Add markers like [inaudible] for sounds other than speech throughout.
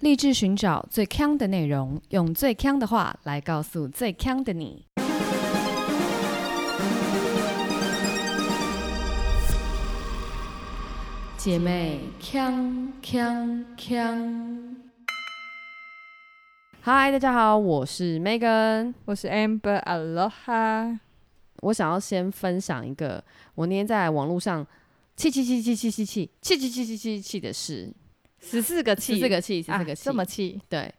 立志寻找最强的内容，用最强的话来告诉最强的你。姐妹，强强强！嗨，大家好，我是 Megan。我是 Amber Aloha，我想要先分享一个我那天在网络上气气气气气气气气气气气气气的事，十四个十四个气，十四个啊气，这么气，对，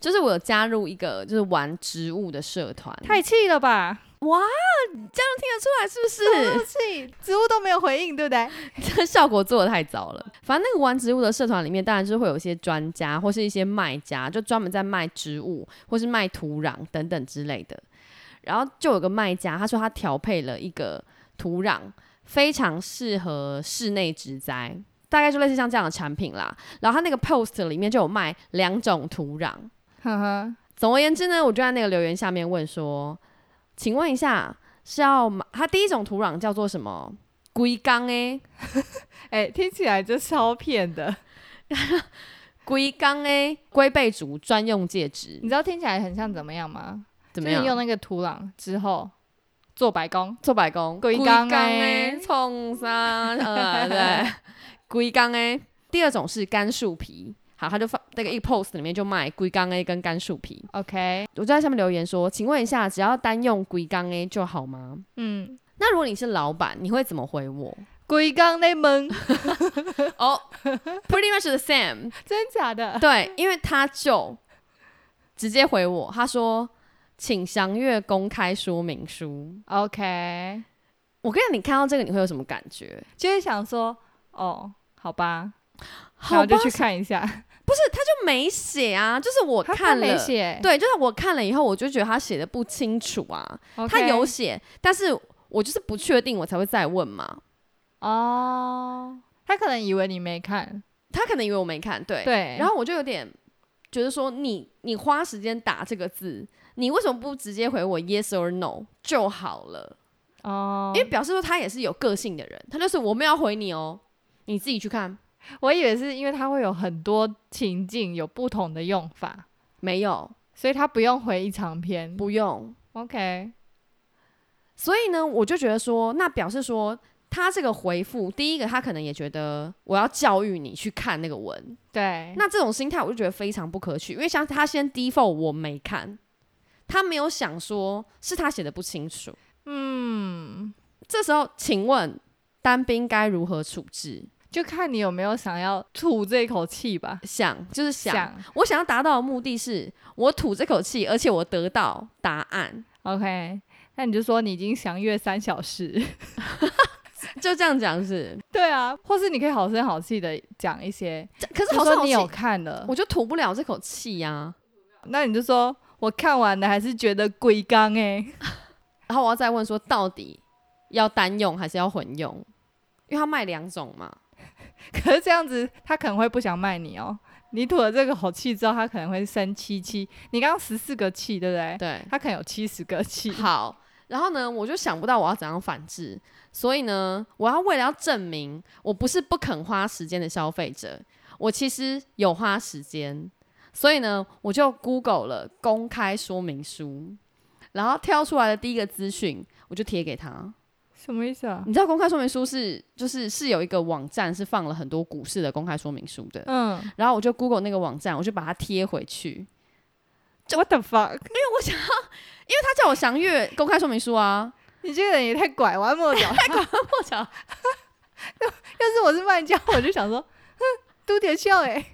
就是我有加入一个就是玩植物的社团，太气了吧？哇，这样听得出来是不是？气，植物都没有回应，对不对？ [laughs] 这效果做的太糟了。反正那个玩植物的社团里面，当然就是会有一些专家或是一些卖家，就专门在卖植物或是卖土壤等等之类的。然后就有个卖家，他说他调配了一个土壤，非常适合室内植栽，大概就类似像这样的产品啦。然后他那个 post 里面就有卖两种土壤。呵呵，总而言之呢，我就在那个留言下面问说：“请问一下，是要买它第一种土壤叫做什么？龟缸诶，哎、听起来就超骗的，龟缸诶，龟背竹专用介质你，知道听起来很像怎么样吗？怎么就是用样？那个土壤之后做白工，做白工，龟缸龟欸冲啥？ [laughs] 呃，对，龟缸诶。第二种是干树皮，好，他就放那个一 post 里面就卖龟缸诶跟干树皮。 OK，我就在下面留言说：“请问一下，只要单用龟缸诶就好吗嗯，？”那如果你是老板，你会怎么回我？龟缸内门，哦、p r e t t y much the same。真假的？ [laughs] 对，因为他就直接回我，他说：“请详阅公开说明书。 OK，” 我跟你讲，你看到这个你会有什么感觉？就会想说，哦，好吧，然好后吧，就就去看一下，没写啊，就是我他看没了，写，对，就是我看了以后，我就觉得他写的不清楚啊。 OK，他有写，但是我就是不确定，我才会再问嘛。哦，他可能以为你没看，他可能以为我没看，对，对，然后我就有点觉得说你，你花时间打这个字，你为什么不直接回我 yes or no 就好了？哦，因为表示说他也是有个性的人，他就是我们要回你哦，你自己去看。我以为是因为它会有很多情境，有不同的用法，没有，所以它不用回一长篇。不用。 OK，所以呢，我就觉得说，那表示说他这个回复，第一个他可能也觉得我要教育你去看那个文，对，那这种心态我就觉得非常不可取，因为像他先 default 我没看，他没有想说是他写的不清楚。嗯，这时候，请问单兵该如何处置？就看你有没有想要吐这口气吧。想就是想我想要达到的目的是我吐这口气，而且我得到答案。 OK，那你就说你已经详阅三小时。 [laughs] 就这样讲是，对啊，或是你可以好声好气的讲一些，这可是就好说像你有看了，我就吐不了这口气啊呀、那你就说我看完了，还是觉得龟缸哎。然后我要再问说，到底要单用还是要混用？因为它卖两种嘛。 [laughs] 可是这样子，他可能会不想卖你哦。你吐了这个口气之后，他可能会生七七。你刚刚十四个气，对不对？对，他可能有七十个气。好。然后呢，我就想不到我要怎样反制，所以呢，我要为了要证明我不是不肯花时间的消费者，我其实有花时间，所以呢，我就 Google 了公开说明书，然后跳出来的第一个资讯，我就贴给他。什么意思啊？你知道公开说明书是就是是有一个网站是放了很多股市的公开说明书的，嗯然后我就 Google 那个网站，我就把它贴回去。 ，What the fuck？他叫我详阅公开说明书啊，你这个人也 [laughs] 太拐弯抹角。我讲要是我是卖家，我就想说， [laughs] 哼，都点笑哎、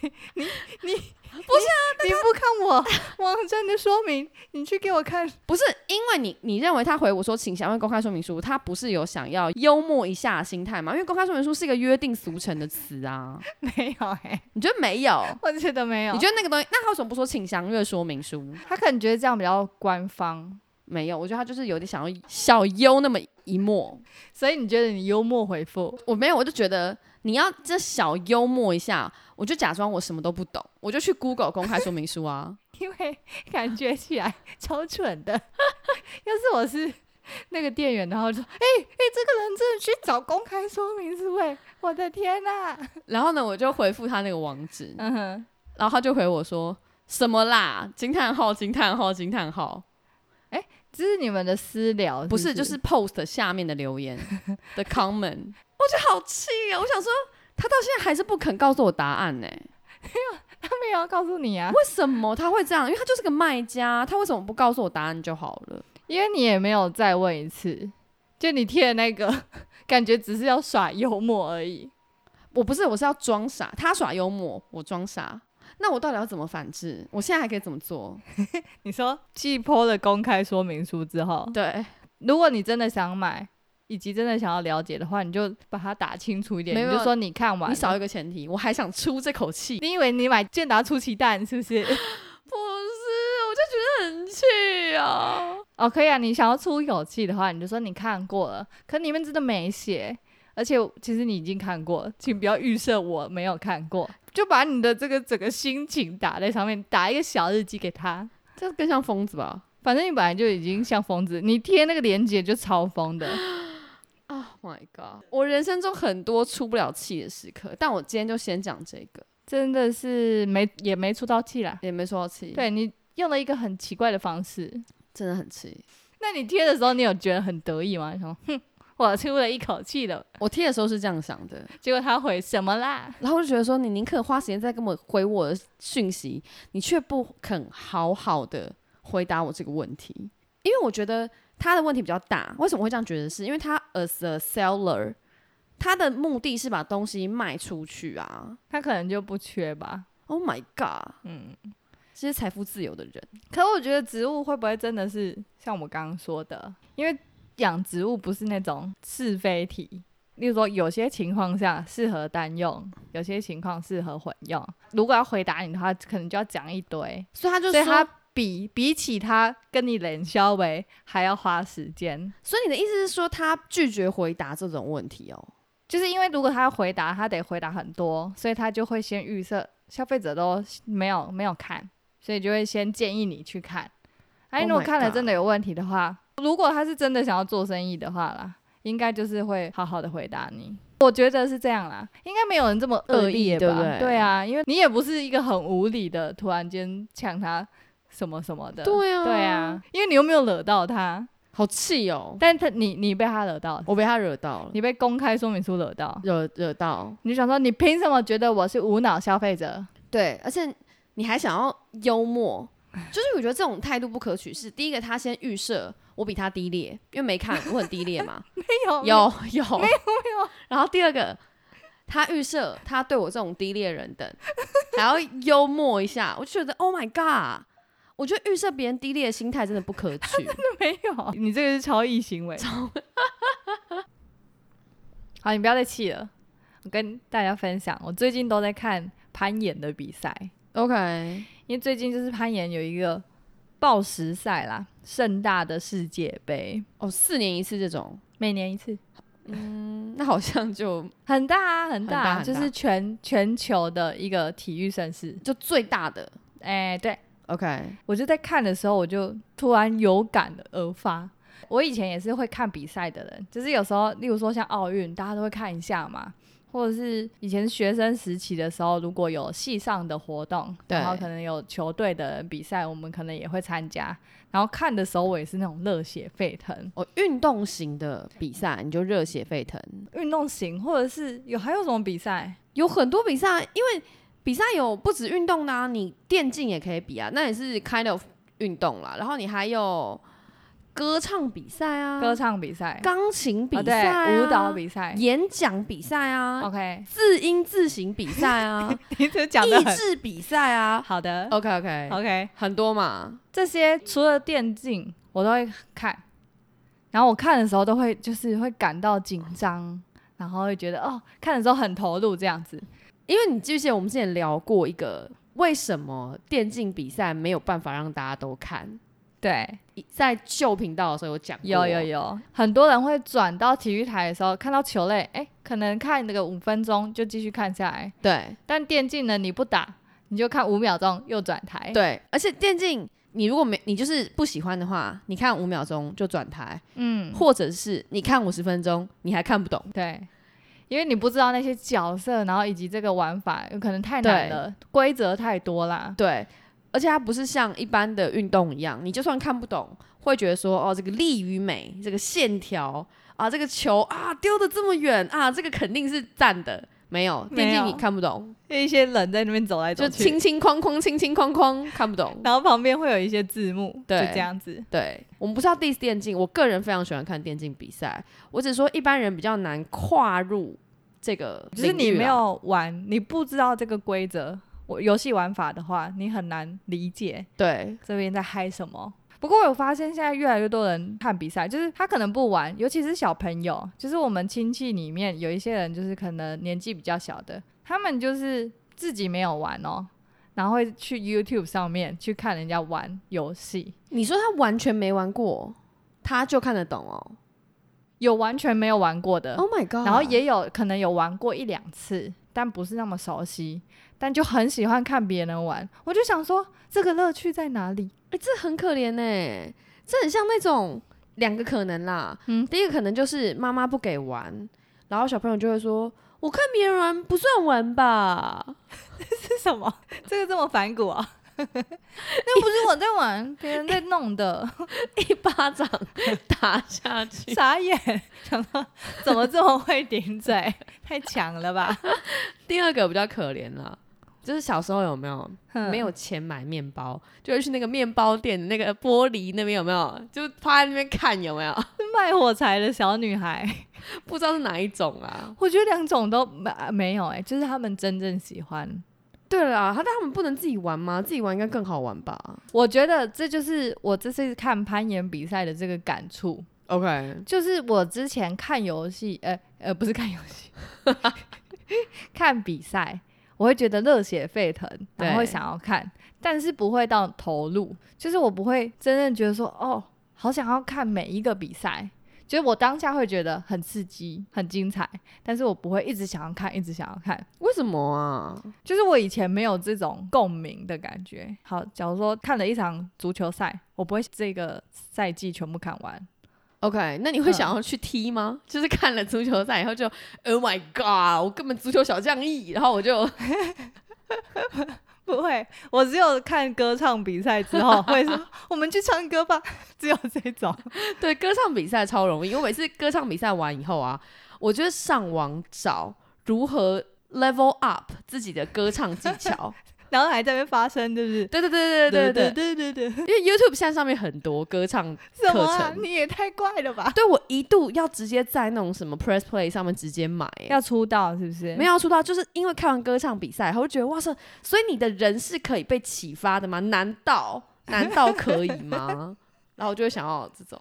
[laughs] 你你不是啊？你不看我网站的说明，你去给我看。 [laughs] 不是因为你你认为他回我说请详阅公开说明书，他不是有想要幽默一下的心态嘛？因为公开说明书是一个约定俗成的词啊，没有哎、你觉得没有？我觉得没有你。觉得那个东西，那他为什么不说请详阅说明书？他可能觉得这样比较官方，没有，我觉得他就是有点想要小幽那么一默。所以你觉得你幽默回复？ [laughs] 我没有，我就觉得你要这小幽默一下，我就假装我什么都不懂，我就去 Google 公开说明书啊。 [laughs] 因为感觉起来超蠢的。 [laughs] 要是我是那个店员，然后就说：“哎、哎、这个人真的去找公开说明书哎、我的天呐、然后呢，我就回复他那个网址， [laughs] 嗯哼，然后他就回我说什么啦？惊叹号！惊叹号！惊叹号！这是你们的私聊，不是是，就是 post 下面的留 [laughs] 言的 comment，我就好气啊！我想说，他到现在还是不肯告诉我答案呢、他没有要告诉你啊，为什么他会这样？因为他就是个卖家，他为什么不告诉我答案就好了？因为你也没有再问一次，就你贴的那个， [laughs] 感觉只是要耍幽默而已。我不是，我是要装傻，他耍幽默，我装傻。那我到底要怎么反制？我现在还可以怎么做？你说寄抛了公开说明书之后，对，如果你真的想买，以及真的想要了解的话，你就把它打清楚一点，没有你就说你看完你了，少一个前提，我还想出这口气。你以为你买健达出奇蛋是 [laughs] 不是？不是，我就觉得很气啊！哦，可以啊，你想要出一口气的话，你就说你看过了，可里面真的没写，而且其实你已经看过了，请不要预设我没有看过，就把你的这个整个心情打在上面，打一个小日记给他。 [laughs] 这更像疯子吧反正你本来就已经像疯子，你贴那个链接就超疯的。 ？Oh my god！我人生中很多出不了气的时刻，但我今天就先讲这个，真的是没也没出到气啦。也没说到气，，对你用了一个很奇怪的方式。真的很气。那你贴的时候，你有觉得很得意吗？你说，哼，我出了一口气了。我贴的时候是这样想的，结果他回什么啦？然后我就觉得说，你宁可花时间在跟我回我的讯息，你却不肯好好的回答我这个问题，因为我觉得他的问题比较大。为什么会这样觉得是？因为他 as a seller，他的目的是把东西卖出去啊。他可能就不缺吧。 Oh my god！嗯，这些财富自由的人，可我觉得植物会不会真的是像我刚刚说的？因为养植物不是那种是非题，例如说有些情况下适合单用，有些情况适合混用。如果要回答你的话，可能就要讲一堆，所以他就所以说，他比比起他跟你冷消为还要花时间。所以你的意思是说，他拒绝回答这种问题哦？就是因为如果他要回答，他得回答很多，所以他就会先预设消费者都没有没有看，所以就会先建议你去看。哎、 Oh 如果 my 看了 God 真的有问题的话，如果他是真的想要做生意的话啦，应该就是会好好的回答你。我觉得是这样啦，应该没有人这么恶劣吧？恶意对不对啊，因为你也不是一个很无理的，突然间呛他什么什么的。对啊，对啊，，因为你又没有惹到他，好气哦！但他你你被他惹到，我被他惹到了，你被公开说明书惹到，惹惹到，你就想说，你凭什么觉得我是无脑消费者？对，而且你还想要幽默，就是我觉得这种态度不可取是。第一个，他先预设我比他低劣，因为没看我很低劣 [laughs] 嘛，没有有有没有没有。然后第二个，他预设他对我这种低劣人等，还要幽默一下，我就觉得 Oh my God，我觉得预设别人低劣的心态真的不可取。 [laughs] 没有，你这个是超意行为。 [laughs] 好，你不要再气了。我跟大家分享，我最近都在看攀岩的比赛， [laughs] OK，因为最近就是攀岩有一个报时赛啦，盛大的世界杯，哦，四年一次这种，每年一次，嗯，那好像就很大啊，很大啊，很大很大就是全全球的一个体育盛事。就最大的哎、对， OK，我就在看的时候，我就突然有感而发。我以前也是会看比赛的人，就是有时候，例如说像奥运，大家都会看一下嘛，或者是以前学生时期的时候，如果有系上的活动，对然后可能有球队的比赛，我们可能也会参加。然后看的时候，我也是那种热血沸腾，哦，运动型的比赛你就热血沸腾。运动型，或者是有还有什么比赛？有很多比赛，因为比赛有不止运动的、啊，你电竞也可以比啊，那也是 kind of 运动啦。然后你还有歌唱比赛哦啊，歌唱比赛、钢琴比啊赛、对舞蹈、比赛。演讲比赛啊， OK， [laughs] 字音字形比赛 [laughs] 啊，你这讲的益很智比赛啊。好的 OK OK， ，OK。很多嘛，这些除了电竞，我都会看。然后我看的时候都会就是会感到紧张，然后会觉得哦，看的时候很投入这样子。因为你记不记得我们之前聊过一个，为什么电竞比赛没有办法让大家都看？对，在旧频道的时候有讲过，有啊有有，很多人会转到体育台的时候，看到球类，哎，可能看那个五分钟就继续看下来。对，但电竞呢，你不打，你就看五秒钟又转台。对，而且电竞，你如果没你就是不喜欢的话，你看五秒钟就转台，嗯，或者是你看五十分钟你还看不懂，对，因为你不知道那些角色，然后以及这个玩法有可能太难了，规则太多啦。对，而且它不是像一般的运动一样，你就算看不懂，会觉得说哦，这个力与美，这个线条啊，这个球啊丢的这么远啊，这个肯定是赞的。没有，毕没竟有你看不懂，一些人在那边走来走就去，轻轻框框，轻轻框框，看不懂。然后旁边会有一些字幕，对就这样子。对我们不是要 diss 电竞，我个人非常喜欢看电竞比赛，我只说一般人比较难跨入这个就是领你域啊没啦有玩，你不知道这个规则，我游戏玩法的话，你很难理解对这边在嗨什么。不过我有发现，现在越来越多人看比赛，就是他可能不玩，尤其是小朋友，就是我们亲戚里面有一些人，就是可能年纪比较小的，他们就是自己没有玩哦，然后会去 YouTube 上面去看人家玩游戏，你说他完全没玩过，他就看得懂哦。有完全没有玩过的， Oh my god！然后也有可能有玩过一两次，但不是那么熟悉，但就很喜欢看别人玩。我就想说，这个乐趣在哪里？ [laughs] 哎、这很可怜呢、欸这很像那种两个可能啦。嗯，嗯第一个可能就是妈妈不给玩，然后小朋友就会说：“我看别人玩不算玩吧 [laughs] 是什么？这个这么反骨啊？ [laughs] 那不是我在玩，别人在弄的，？”一巴掌打下去。傻眼，想到怎么这么会顶嘴，太强了吧？第二个比较可怜啦，就是小时候有没有没没有钱买面包，就会去那个面包店那个玻璃那边有没有，就趴在那边看有没 [laughs] 有，卖火柴的小女孩，不知道是哪一种啊。我觉得两种都没没有哎、就是他们真正喜欢。对啦，他但他们不能自己玩吗？自己玩应该更好玩吧我觉得这就是我这次看攀岩比赛的这个感触， ？OK，就是我之前看游戏，呃呃，不是看游戏， [laughs] 看比赛，我会觉得热血沸腾，然后会对想要看，但是不会到投入，就是我不会真正觉得说，哦，好想要看每一个比赛。就是我当下会觉得很刺激、很精彩，但是我不会一直想要看，一直想要看。为什么啊？就是我以前没有这种共鸣的感觉。好，假如说看了一场足球赛，我不会这个赛季全部看完， OK，那你会嗯想要去踢吗？就是看了足球赛以后就，Oh my God，我根本足球小将一，然后我就 [laughs] 不会，我只有看歌唱比赛之 [laughs] 后会说我们去唱歌吧， [laughs] 只有这种。对歌唱比赛超容易，我每次歌唱比赛完以后啊，我就会上网找如何 level up 自己的歌唱技 [laughs] 巧。 [laughs] 然后还在那边发声，对不对？对对对对对对对，对对对对，因为 YouTube 现在上面很多歌唱，什么、课啊？程你也太怪了吧！对我一度要直接在那种什么 Press Play 上面直接买、欸要出道是不是？没有出道，就是因为看完歌唱比赛，我就觉得哇塞，所以你的人是可以被启发的吗？难道难道可以吗？然后我就会想要这种，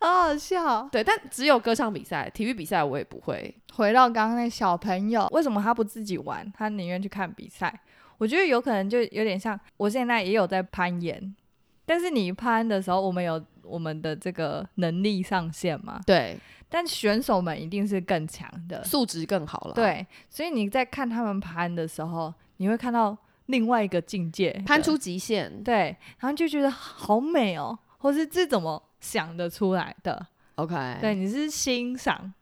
好好笑。对，但只有歌唱比赛、体育比赛我也不会。回到刚刚那小朋友，为什么他不自己玩，他宁愿去看比赛？我觉得有可能就有点像，我现在也有在攀岩，但是你攀的时候，我们有我们的这个能力上限嘛，对，但选手们一定是更强的，素质更好了。，对，所以你在看他们攀的时候，你会看到另外一个境界的，攀出极限。对，然后就觉得好美哦，或是这怎么想得出来的？ OK，对，你是欣赏，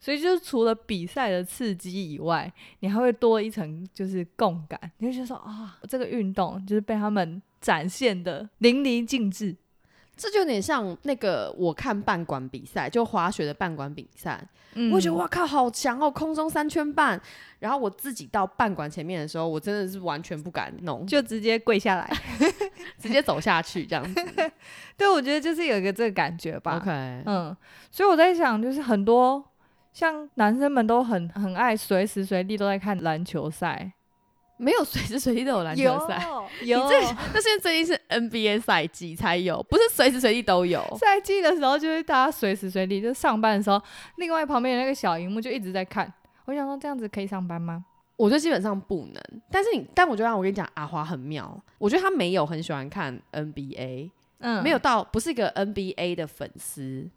所以就是除了比赛的刺激以外，你还会多一层就是共感，你会觉得说啊、这个运动就是被他们展现的淋漓尽致。这就有点像那个我看半管比赛，就滑雪的半管比赛，嗯我会觉得哇靠，好强哦，空中三圈半。然后我自己到半管前面的时候，我真的是完全不敢弄，就就直接跪下来， [laughs] 直接走下去这样子。对我觉得就是有一个这个感觉 [laughs] 吧。OK，嗯，所以我在想，就是很多像男生们都很很爱随时随地都在看篮球赛，没有随时随地都有篮球 [laughs] 赛，有你有这 [laughs] 但是最近是 NBA 赛季才有，不是随时随地都有。赛季的时候，就是大家随时随地，就上班的时候，另外旁边的那个小荧幕就一直在看。我想说，这样子可以上班吗？我就基本上不能，但是你，但我觉得啊我跟你讲，阿华很妙，我觉得他没有很喜欢看 NBA，、嗯没有，到不是一个 NBA 的粉丝，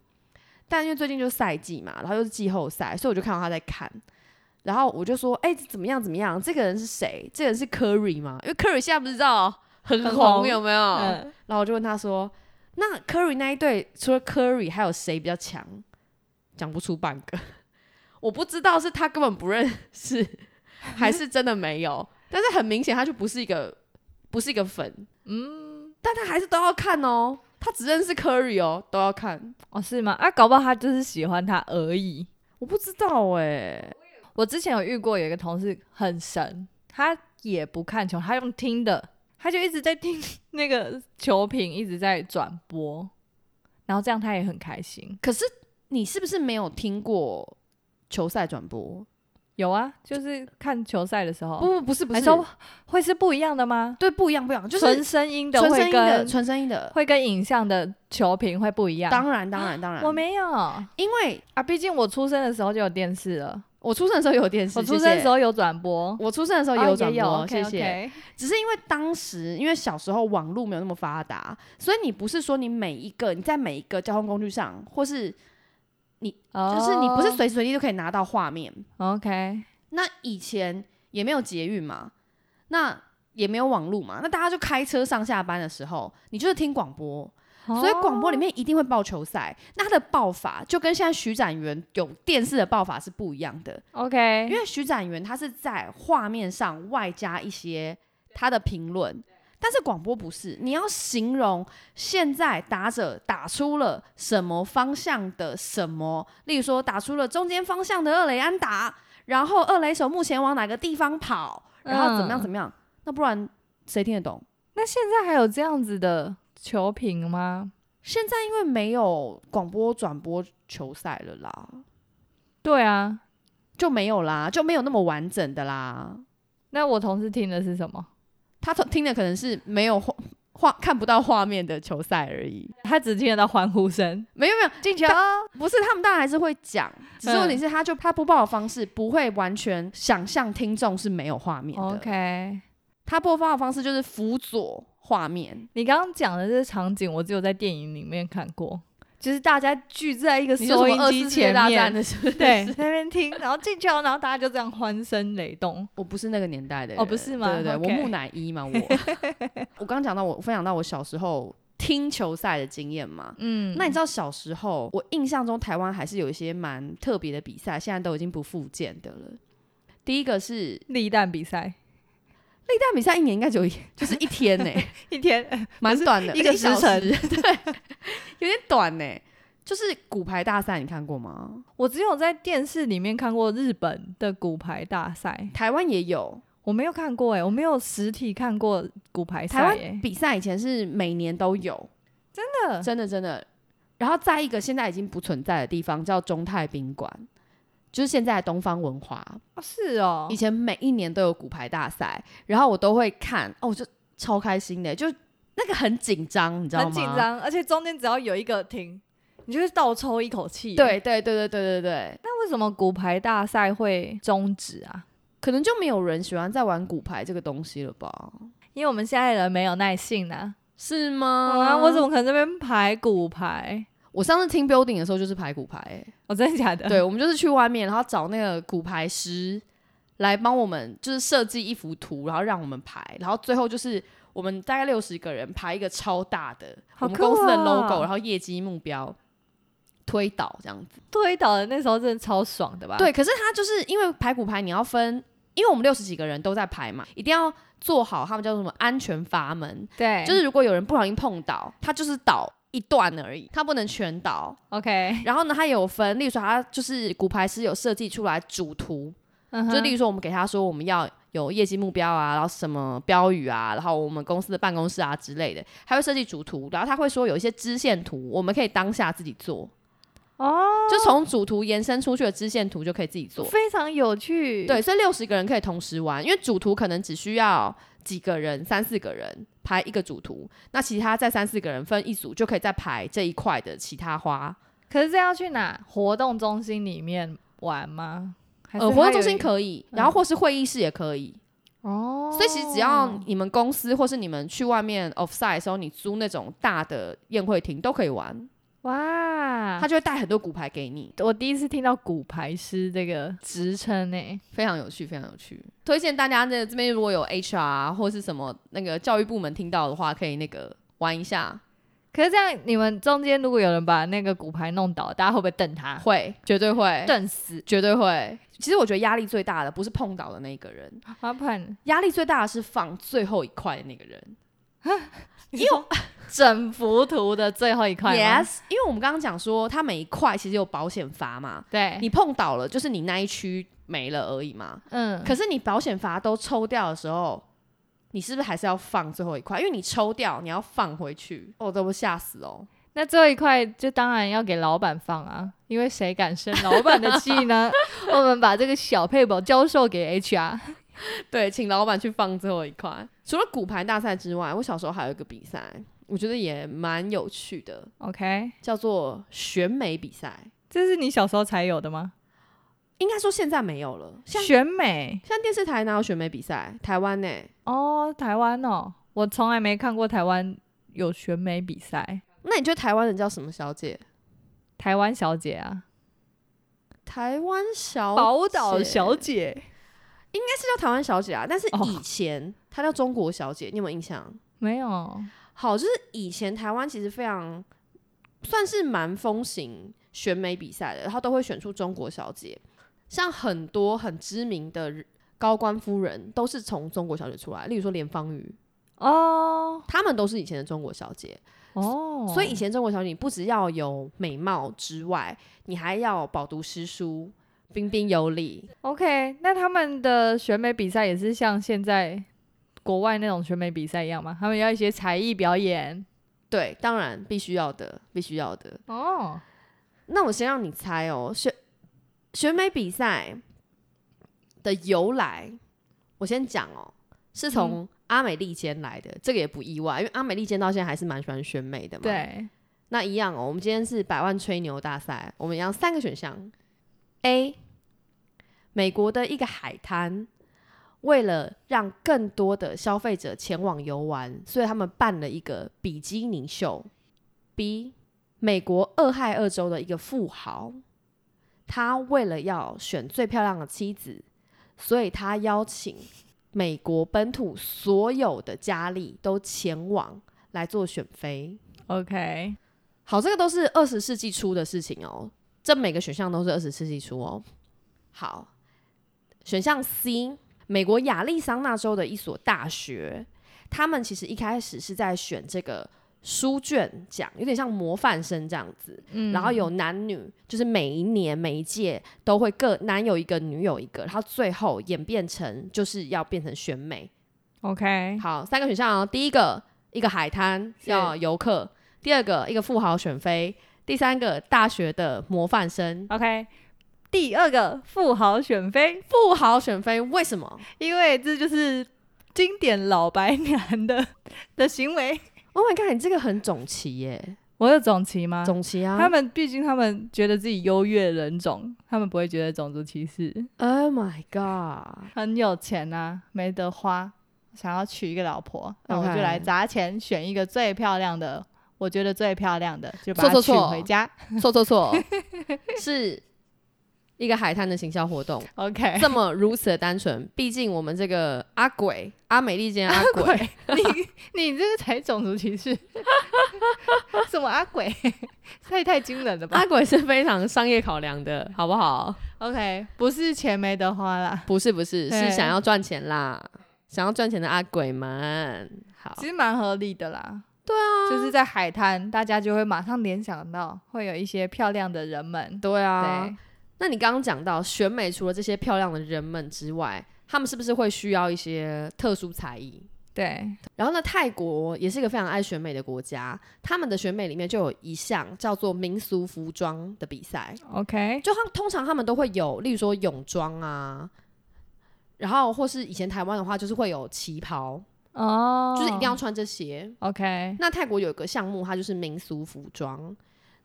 但因为最近就是赛季嘛，然后又是季后赛，所以我就看到他在看。然后我就说，哎、怎么样怎么样？这个人是谁？这个人是 Curry 吗？因为 Curry 现在不知道很很红，红有没有？嗯，然后我就问他说：“那 Curry 那一队除了 Curry 还有谁比较强？”讲不出半个。 [laughs] 我不知道是他根本不认识，还是真的没有。但是很明显，他就不是一个不是一个粉，嗯，但他还是都要看哦。他只认识 Curry 哦，都要看。哦，是吗？啊，搞不好他就是喜欢他而已。我不知道哎、我之前有遇过有一个同事很神，他也不看球，他用听的，他就一直在听 [laughs] 那个球评，一直在转播，然后这样他也很开心。可是你是不是没有听过球赛转播？有啊，就是看球赛的时候，不不不是不还哦是，说会是不一样的吗？对不一样不一样，就是纯声音的纯声会音的跟纯声音的。会跟影像的球评会不一样。当然当然当然，我没有啊，因为毕竟我出生的时候就有电视了，我出生的时候有电视，我出谢谢生的时候有转播，我出生的时候也哦有转也播，有，OK，谢谢。 OK 只是因为当时因为小时候网络没有那么发达，所以你不是说你每一个你在每一个交通工具上，或是就是你不是哦随时随地都可以拿到画面。 OK，那以前也没有捷运嘛，那也没有网络嘛，那大家就开车上下班的时候，你就是听广播，哦所以广播里面一定会报球赛。那它的报法就跟现在徐展元有电视的报法是不一样的，哦 OK，因为徐展元他是在画面上外加一些他的评论，但是广播不是，你要形容现在打者打出了什么方向的什么，例如说打出了中间方向的二垒安打，然后二垒手目前往哪个地方跑，然后怎么样嗯怎么样，那不然谁听得懂？那现在还有这样子的球评吗？现在因为没有广播转播球赛了啦，对啊，就没有啦，就没有那么完整的啦。那我同事听的是什么？他听的可能是没有画画看不到画面的球赛而已。他只听得到欢呼声，没有没有，进球。不是他们当然还是会讲，只是问题是他就他播报的方式不会完全想象听众是没有画面的。 OK，他播报的方式就是辅佐画面。你刚刚讲的这场景，我只有在电影里面看过，就是大家聚在一个你说收什音么二次机世界前大战面，的是不是？对，在那边听，然后进球，然后大家就这样欢声雷动。我不是那个年代的人哦不是吗对对对 OK 我木乃伊 [laughs] 嘛，我我刚讲到我分享到我小时候听球赛的经验嘛。嗯那你知道小时候，我印象中台湾还是有一些蛮特别的比赛，现在都已经不复见的了。第一个是立蛋比赛那大比赛一年应该只有一 [laughs] 就是一天呢、一天， [laughs] 蛮短的，一个而且小时辰时， [laughs] 对，有点短呢、就是骨牌大赛，你看过吗？我只有在电视里面看过日本的骨牌大赛，台湾也有，我没有看过哎、我没有实体看过骨牌赛台哎、湾比赛以前是每年都有，真的真的真的。然后在一个现在已经不存在的地方叫中泰宾馆，就是现在的东方文华，哦是哦以，前每一年都有骨牌大赛，然后我都会看，哦，我就超开心的、就那个很紧张，你知道吗？很紧张，而且中间只要有一个停，你就会倒抽一口气。，对对对对对对对，那为什么骨牌大赛会终止啊？可能就没有人喜欢在玩骨牌这个东西了吧？因为我们现在人没有耐性呐、是啊。吗？啊，我怎么可能这边排骨牌？我上次听 building 的时候就是排骨牌、欸，哦，真的假的？对，我们就是去外面，然后找那个骨牌师来帮我们，就是设计一幅图，然后让我们排，然后最后就是我们大概六十个人排一个超大的、好我们公司的酷哦 logo，然后业绩目标推导这样子。推倒的那时候真的超爽的吧？，对，可是他就是因为排骨牌，你要分，因为我们六十几个人都在排嘛，一定要做好他们叫做什么安全阀门，对，就是如果有人不小心碰倒，他就是倒一段而已，他不能全倒。 OK，然后呢，它有分，例如说它就是骨牌师有设计出来主图，嗯就例哼，如说我们给他说我们要有业绩目标啊，然后什么标语啊，然后我们公司的办公室啊之类的，他会设计主图，然后他会说有一些支线图，我们可以当下自己做，哦，就从主图延伸出去的支线图就可以自己做。非常有趣。对，所以六十个人可以同时玩，因为主图可能只需要几个人，三四个人排一个主图，那其他再三四个人分一组，就可以再排这一块的其他花。可是这要去哪？活动中心里面玩吗？还是呃，活动它中有心一可以，然后或是会议室也可以。哦，所以其实只要你们公司或是你们去外面 offsite 的时候，你租那种大的宴会厅都可以玩，哇他，就会带很多骨牌给你，我第一次听到骨牌师这个职称欸呢。非常有趣，非常有趣。推荐大家那这边如果有 HR 啊或是什么那个教育部门听到的话，可以那个玩一下。可是这样，你们中间如果有人把那个骨牌弄倒，大家会不会瞪他？会，绝对会，瞪死绝对会。其实我觉得压力最大的不是碰倒的那一个人，花盆，压力最大的是放最后一块的那个人。因为整幅图的最后一块吗 Yes，因为我们刚刚讲说，它每一块其实有保险阀嘛，对，你碰倒了就是你那一区没了而已嘛。嗯，可是你保险阀都抽掉的时候，你是不是还是要放最后一块？因为你抽掉，你要放回去，我都不吓死哦。那最后一块就当然要给老板放啊，因为谁敢生老板的气 [laughs] 呢？我们把这个小配宝教授给 HR，对，请老板去放最后一块。除了骨牌大赛之外，我小时候还有一个比赛，我觉得也蛮有趣的， OK，叫做选美比赛。这是你小时候才有的吗？应该说现在没有了，像选美像电视台哪有选美比赛？台湾呢、哦，台湾哦，我从来没看过台湾有选美比赛。那你觉得台湾人叫什么小姐？台湾小姐啊，台湾小宝岛小应姐该是叫台湾小姐啊，但是哦以前她叫中国小姐，你有没有印象？没有，好，就是以前台湾其实非常算是蛮风行选美比赛的，然后都会选出中国小姐，像很多很知名的人高官夫人都是从中国小姐出来，例如说连芳瑜，哦她们都是以前的中国小姐。哦，所以以前中国小姐，你不只要有美貌之外，你还要饱读诗书、彬彬有礼。 OK，那他们的选美比赛也是像现在国外那种选美比赛一样吗？他们要一些才艺表演对，当然必须要的，必须要的。哦，那我先让你猜哦，选选美比赛的由来，我先讲哦，是嗯从阿美利坚来的，这个也不意外，因为阿美利坚到现在还是蛮喜欢选美的嘛。，对那一样哦，我们今天是百万吹牛大赛，我们要三个选项：A，美国的一个海滩。为了让更多的消费者前往游玩，所以他们办了一个比基尼秀。B，美国俄亥俄州的一个富豪，他为了要选最漂亮的妻子，所以他邀请美国本土所有的佳丽都前往来做选妃。 ，OK，好，这个都是二十世纪初的事情哦，这每个选项都是二十世纪初哦。好，选项 C，美国亚利桑那州的一所大学，他们其实一开始是在选这个书卷奖，有点像模范生这样子，嗯然后有男女，就是每一年每一届都会各男有一个，女有一个，然后最后演变成就是要变成选美， OK，好，三个选项哦。第一个，一个海滩是要游客；第二个，一个富豪选妃；第三个，大学的模范生。 OK，第二个富豪选妃，富豪选妃为什么因为这就是经典老白男的的行为。 ？Oh my god，你这个很总旗耶，我有种旗吗？总旗啊他们毕竟他们觉得自己优越人种，他们不会觉得种族歧视。 ！Oh my god，很有钱啊，没得花，想要娶一个老婆，那我 OK 就来砸钱选一个最漂亮的，我觉得最漂亮的，就把错她错娶错回家。错错错， [laughs] 是一个海滩的行销活动， OK， [laughs] 这么如此的单纯。毕竟我们这个阿鬼阿美利坚阿鬼，鬼， [laughs] 你你这个才种族歧视， [laughs] 什么阿鬼， [laughs] 太太惊人了吧阿鬼是非常商业考量的，好不好？ ？OK，不是钱没得花啦，不是不是，对是想要赚钱啦，想要赚钱的阿鬼们。好其，实蛮合理的啦。对啊，就是在海滩，大家就会马上联想到会有一些漂亮的人们。对啊。对，那你刚刚讲到选美，除了这些漂亮的人们之外，他们是不是会需要一些特殊才艺？对，然后呢，泰国也是一个非常爱选美的国家，他们的选美里面就有一项叫做民俗服装的比赛， OK，就他通常他们都会有，例如说泳装啊，然后或是以前台湾的话就是会有旗袍，哦，就是一定要穿这些。 OK，那泰国有一个项目，它就是民俗服装。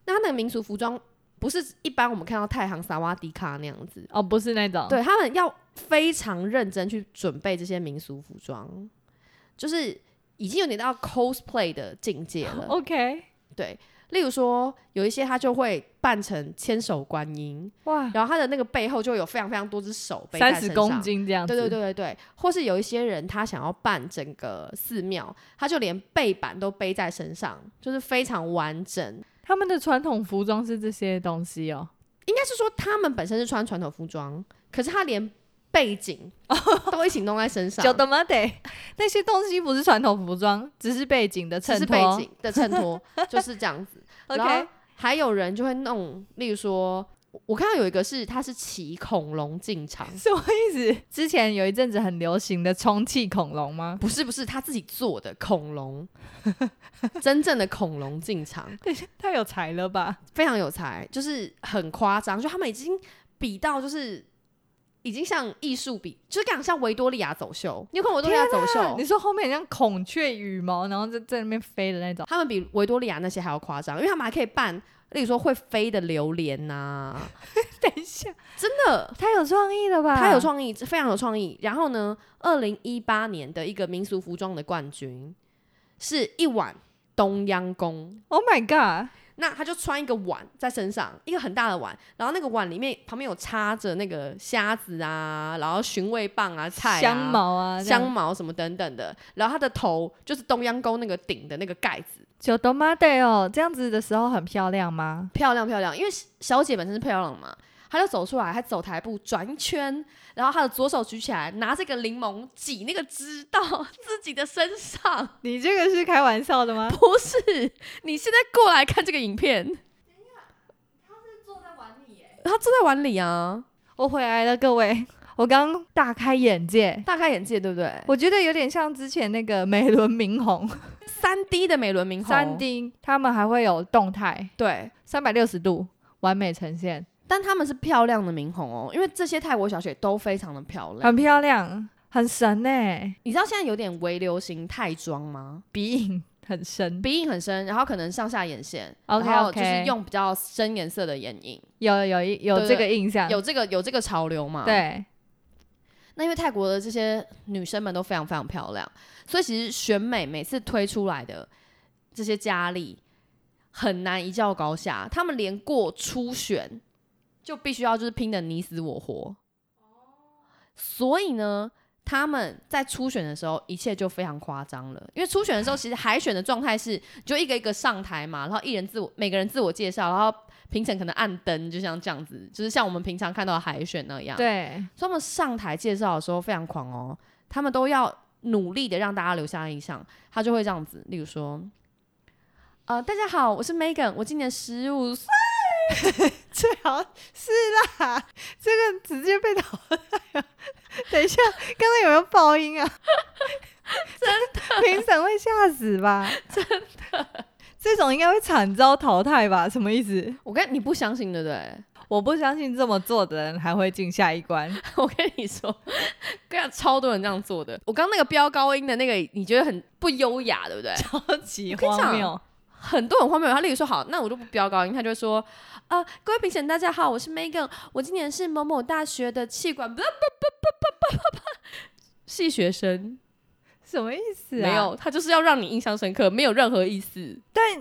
那它那个民俗服装不是一般我们看到太行萨瓦迪卡那样子，哦，不是那种，对他们要非常认真去准备这些民俗服装，哦就是已经有点到 cosplay 的境界了。 ，OK，对，例如说，有一些它就会扮成千手观音，哇，然后它的那个背后就有非常非常多只手背在三身十上公斤这样子，对对对对对，或是有一些人他想要办整个寺庙，他就连背板都背在身上，就是非常完整。他们的传统服装是这些东西哦，应该是说他们本身是穿传统服装，可是他连背 [laughs] 景都一起弄在身上，就他妈得那些东西不是传统服装，只是背景的衬只是托。背景的衬托就是这 [laughs] 样子。然 OK，后还有人就会弄，例如说，我我看到有一个是他是骑恐龙进场，什么意思？之前有一阵子很流行的充气恐龙吗？不是不是他自己做的恐 [laughs] 龙，真正的恐龙进场。太有才了吧！非常有才，就是很夸张，就他们已经比到就是已经像艺术比，就是讲像维多利亚走秀。你有看维多利亚走秀你？说后面很像孔雀羽毛，然后在在那边飞的那种，他们比维多利亚那些还要夸张，因为他们还可以办，例如说会飞的榴莲呐、 [laughs] 等一下， [laughs] 真的。太有创意了吧？他有创意，非常有创意。然后呢，二零一八年的一个民俗服装的冠军是一碗东央宫， ，Oh my god！那他就穿一个碗在身上，一个很大的碗，然后那个碗里面旁边有插着那个虾子啊，然后寻味棒啊、菜啊、香、茅啊，香茅什么等等的，然后他的头就是东洋宫那个顶的那个盖子，九斗妈得哦，这样子的时候很漂亮吗？漂亮漂亮，因为小姐本身是漂亮嘛。她就走出来，她走台步转一圈，然后她的左手举起来，拿这个柠檬挤那个汁到自己的身上。你这个是开玩笑的吗？ [laughs] 不是，你现在过来看这个影片，她坐在碗里啊，我回来了，各位，我刚大开眼界，大开眼界，对不对？我觉得有点像之前那个美轮明宏，三 D 的美轮明宏，三 D 他们还会有动态，对，三百六十度完美呈现，但他们是漂亮的明宏哦，因为这些泰国小姐都非常的漂亮。很漂亮，很神呢、你知道现在有点微流行泰妆吗？鼻影很深，鼻影很深，然后可能上下眼线 OK，然后就 OK 是用比较深颜色的眼影，有有一有对这个印象，有这个有这个潮流嘛？。对，那因为泰国的这些女生们都非常非常漂亮，所以其实选美每次推出来的这些佳丽很难一较高下，她们连过初选就必须要就是拼的你死我活。所以呢，她们在初选的时候一切就非常夸张了，因为初选的时候其实海选的状态是你就一个一个上台嘛，然后一人自我每个人自我介绍，然后评审可能按灯，就像这样子，就是像我们平常看到的海选那样。对，所以他们上台介绍的时候非常狂哦，他们都要努力的让大家留下印象。他就会这样子，例如说，呃，大家好，我是 Megan，我今年十五岁，最好是啦，这个直接被淘汰了。等一下，刚才有没有爆 [laughs] 音啊？真的，评审会吓死吧？真的，这种应该会惨遭淘汰吧？什么意思？我跟你不相信对不对？ [laughs] 我不相信这么做的人还会进下一关。我跟你说，跟你讲超多人这样做的。我刚那个飙高音的那个，你觉得很不优雅，对不对？超级跟你荒讲谬！很多很荒谬。他例如说，好，那我就不飙高音，他就会说，呃，各位评审大家好，我是 Megan，我今年是某某大学的气管 [laughs] 不不不不不不不系学生。什么意思啊？没，有，他就是要让你印象深刻，没有任何意思。 [laughs] 但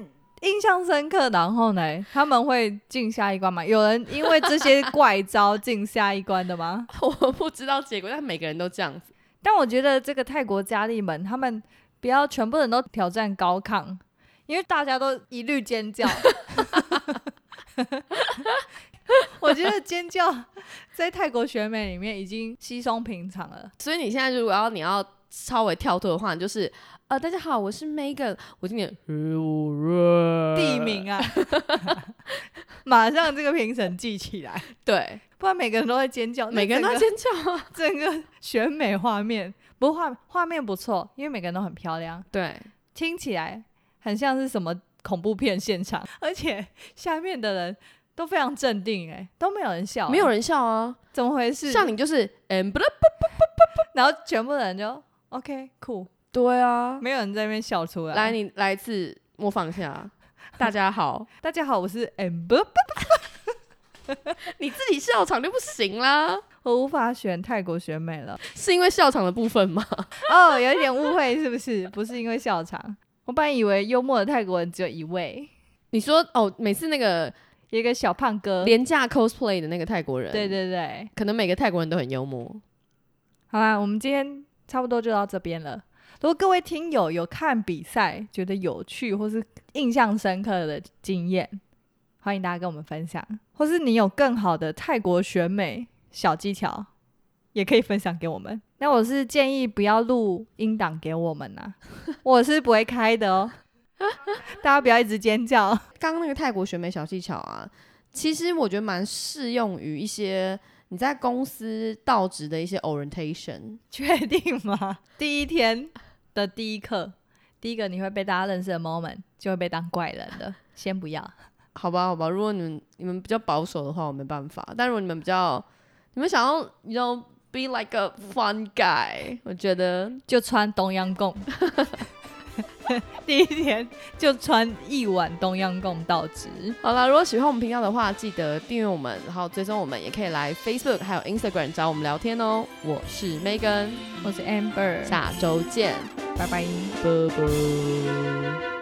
印象深刻。然后呢，他们会进下一关吗？有人因为这些怪招进下一关的吗？我不知道结果，但每个人都这样子。但我觉得这个泰国佳丽们，他们不要全部人都挑战高亢，因为大家都一律尖 [laughs] 叫。我觉得尖叫在泰国选美里面已经稀松平常了。所以你现在如果要你要稍微跳脱的话，你就是呃，大家好，我是 Megan，我今呃年十五岁，地名啊，呃马上这个评审记起来，对，不然每个人都在尖叫，那每个人都要整尖叫啊，整个选美画面，不过画画面不错，因为每个人都很漂亮，对，听起来很像是什么恐怖片现场， [laughs] 而且下面的人都非常镇定、哎，都没有人笑、没有哎人笑啊，怎么回事？像你就是嗯，不 [laughs] 然后全部人就 OK 酷，对啊，没有人在那边笑出来。来，你来一次模仿一 [laughs] 下，大家好，大家好，我是 Amber，你自己笑场就不行啦，我无法选泰国选美了。 [laughs] 是因为笑场的部分吗？哦，有一点误会是不是？不是因为笑场，我本来以为幽默的泰国人只有一位，你说哦，每次那个一个小胖哥，廉价 cosplay 的那个泰国人，对，对对，可能每个泰国人都很幽默。好啦，我们今天差不多就到这边了。如果各位听友有看比赛觉得有趣或是印象深刻的经验，欢迎大家跟我们分享，或是你有更好的泰国选美小技巧，也可以分享给我们。那我是建议不要录音档给我们呐、我是不会开的哦。 [laughs] 大家不要一直尖叫，哦刚刚那个泰国选美小技巧啊，其实我觉得蛮适用于一些你在公司到职的一些 orientation。 [laughs] 确定吗？第一天的第一课，第一个你会被大家认识的 moment 就会被当怪人的，先不要。好吧，好吧，如果你们你们比较保守的话，我没办法；但如果你们比较，你们想要，你要 be like a fun guy，我觉得就穿东阳贡。 [laughs] 第一天就穿一碗东阳贡到职，好啦，如果喜欢我们频道的话，记得订阅我们，然后追踪我们，也可以来 Facebook 还有 Instagram 找我们聊天哦。我是 Megan，我是 Amber，下周见，拜拜。拜拜。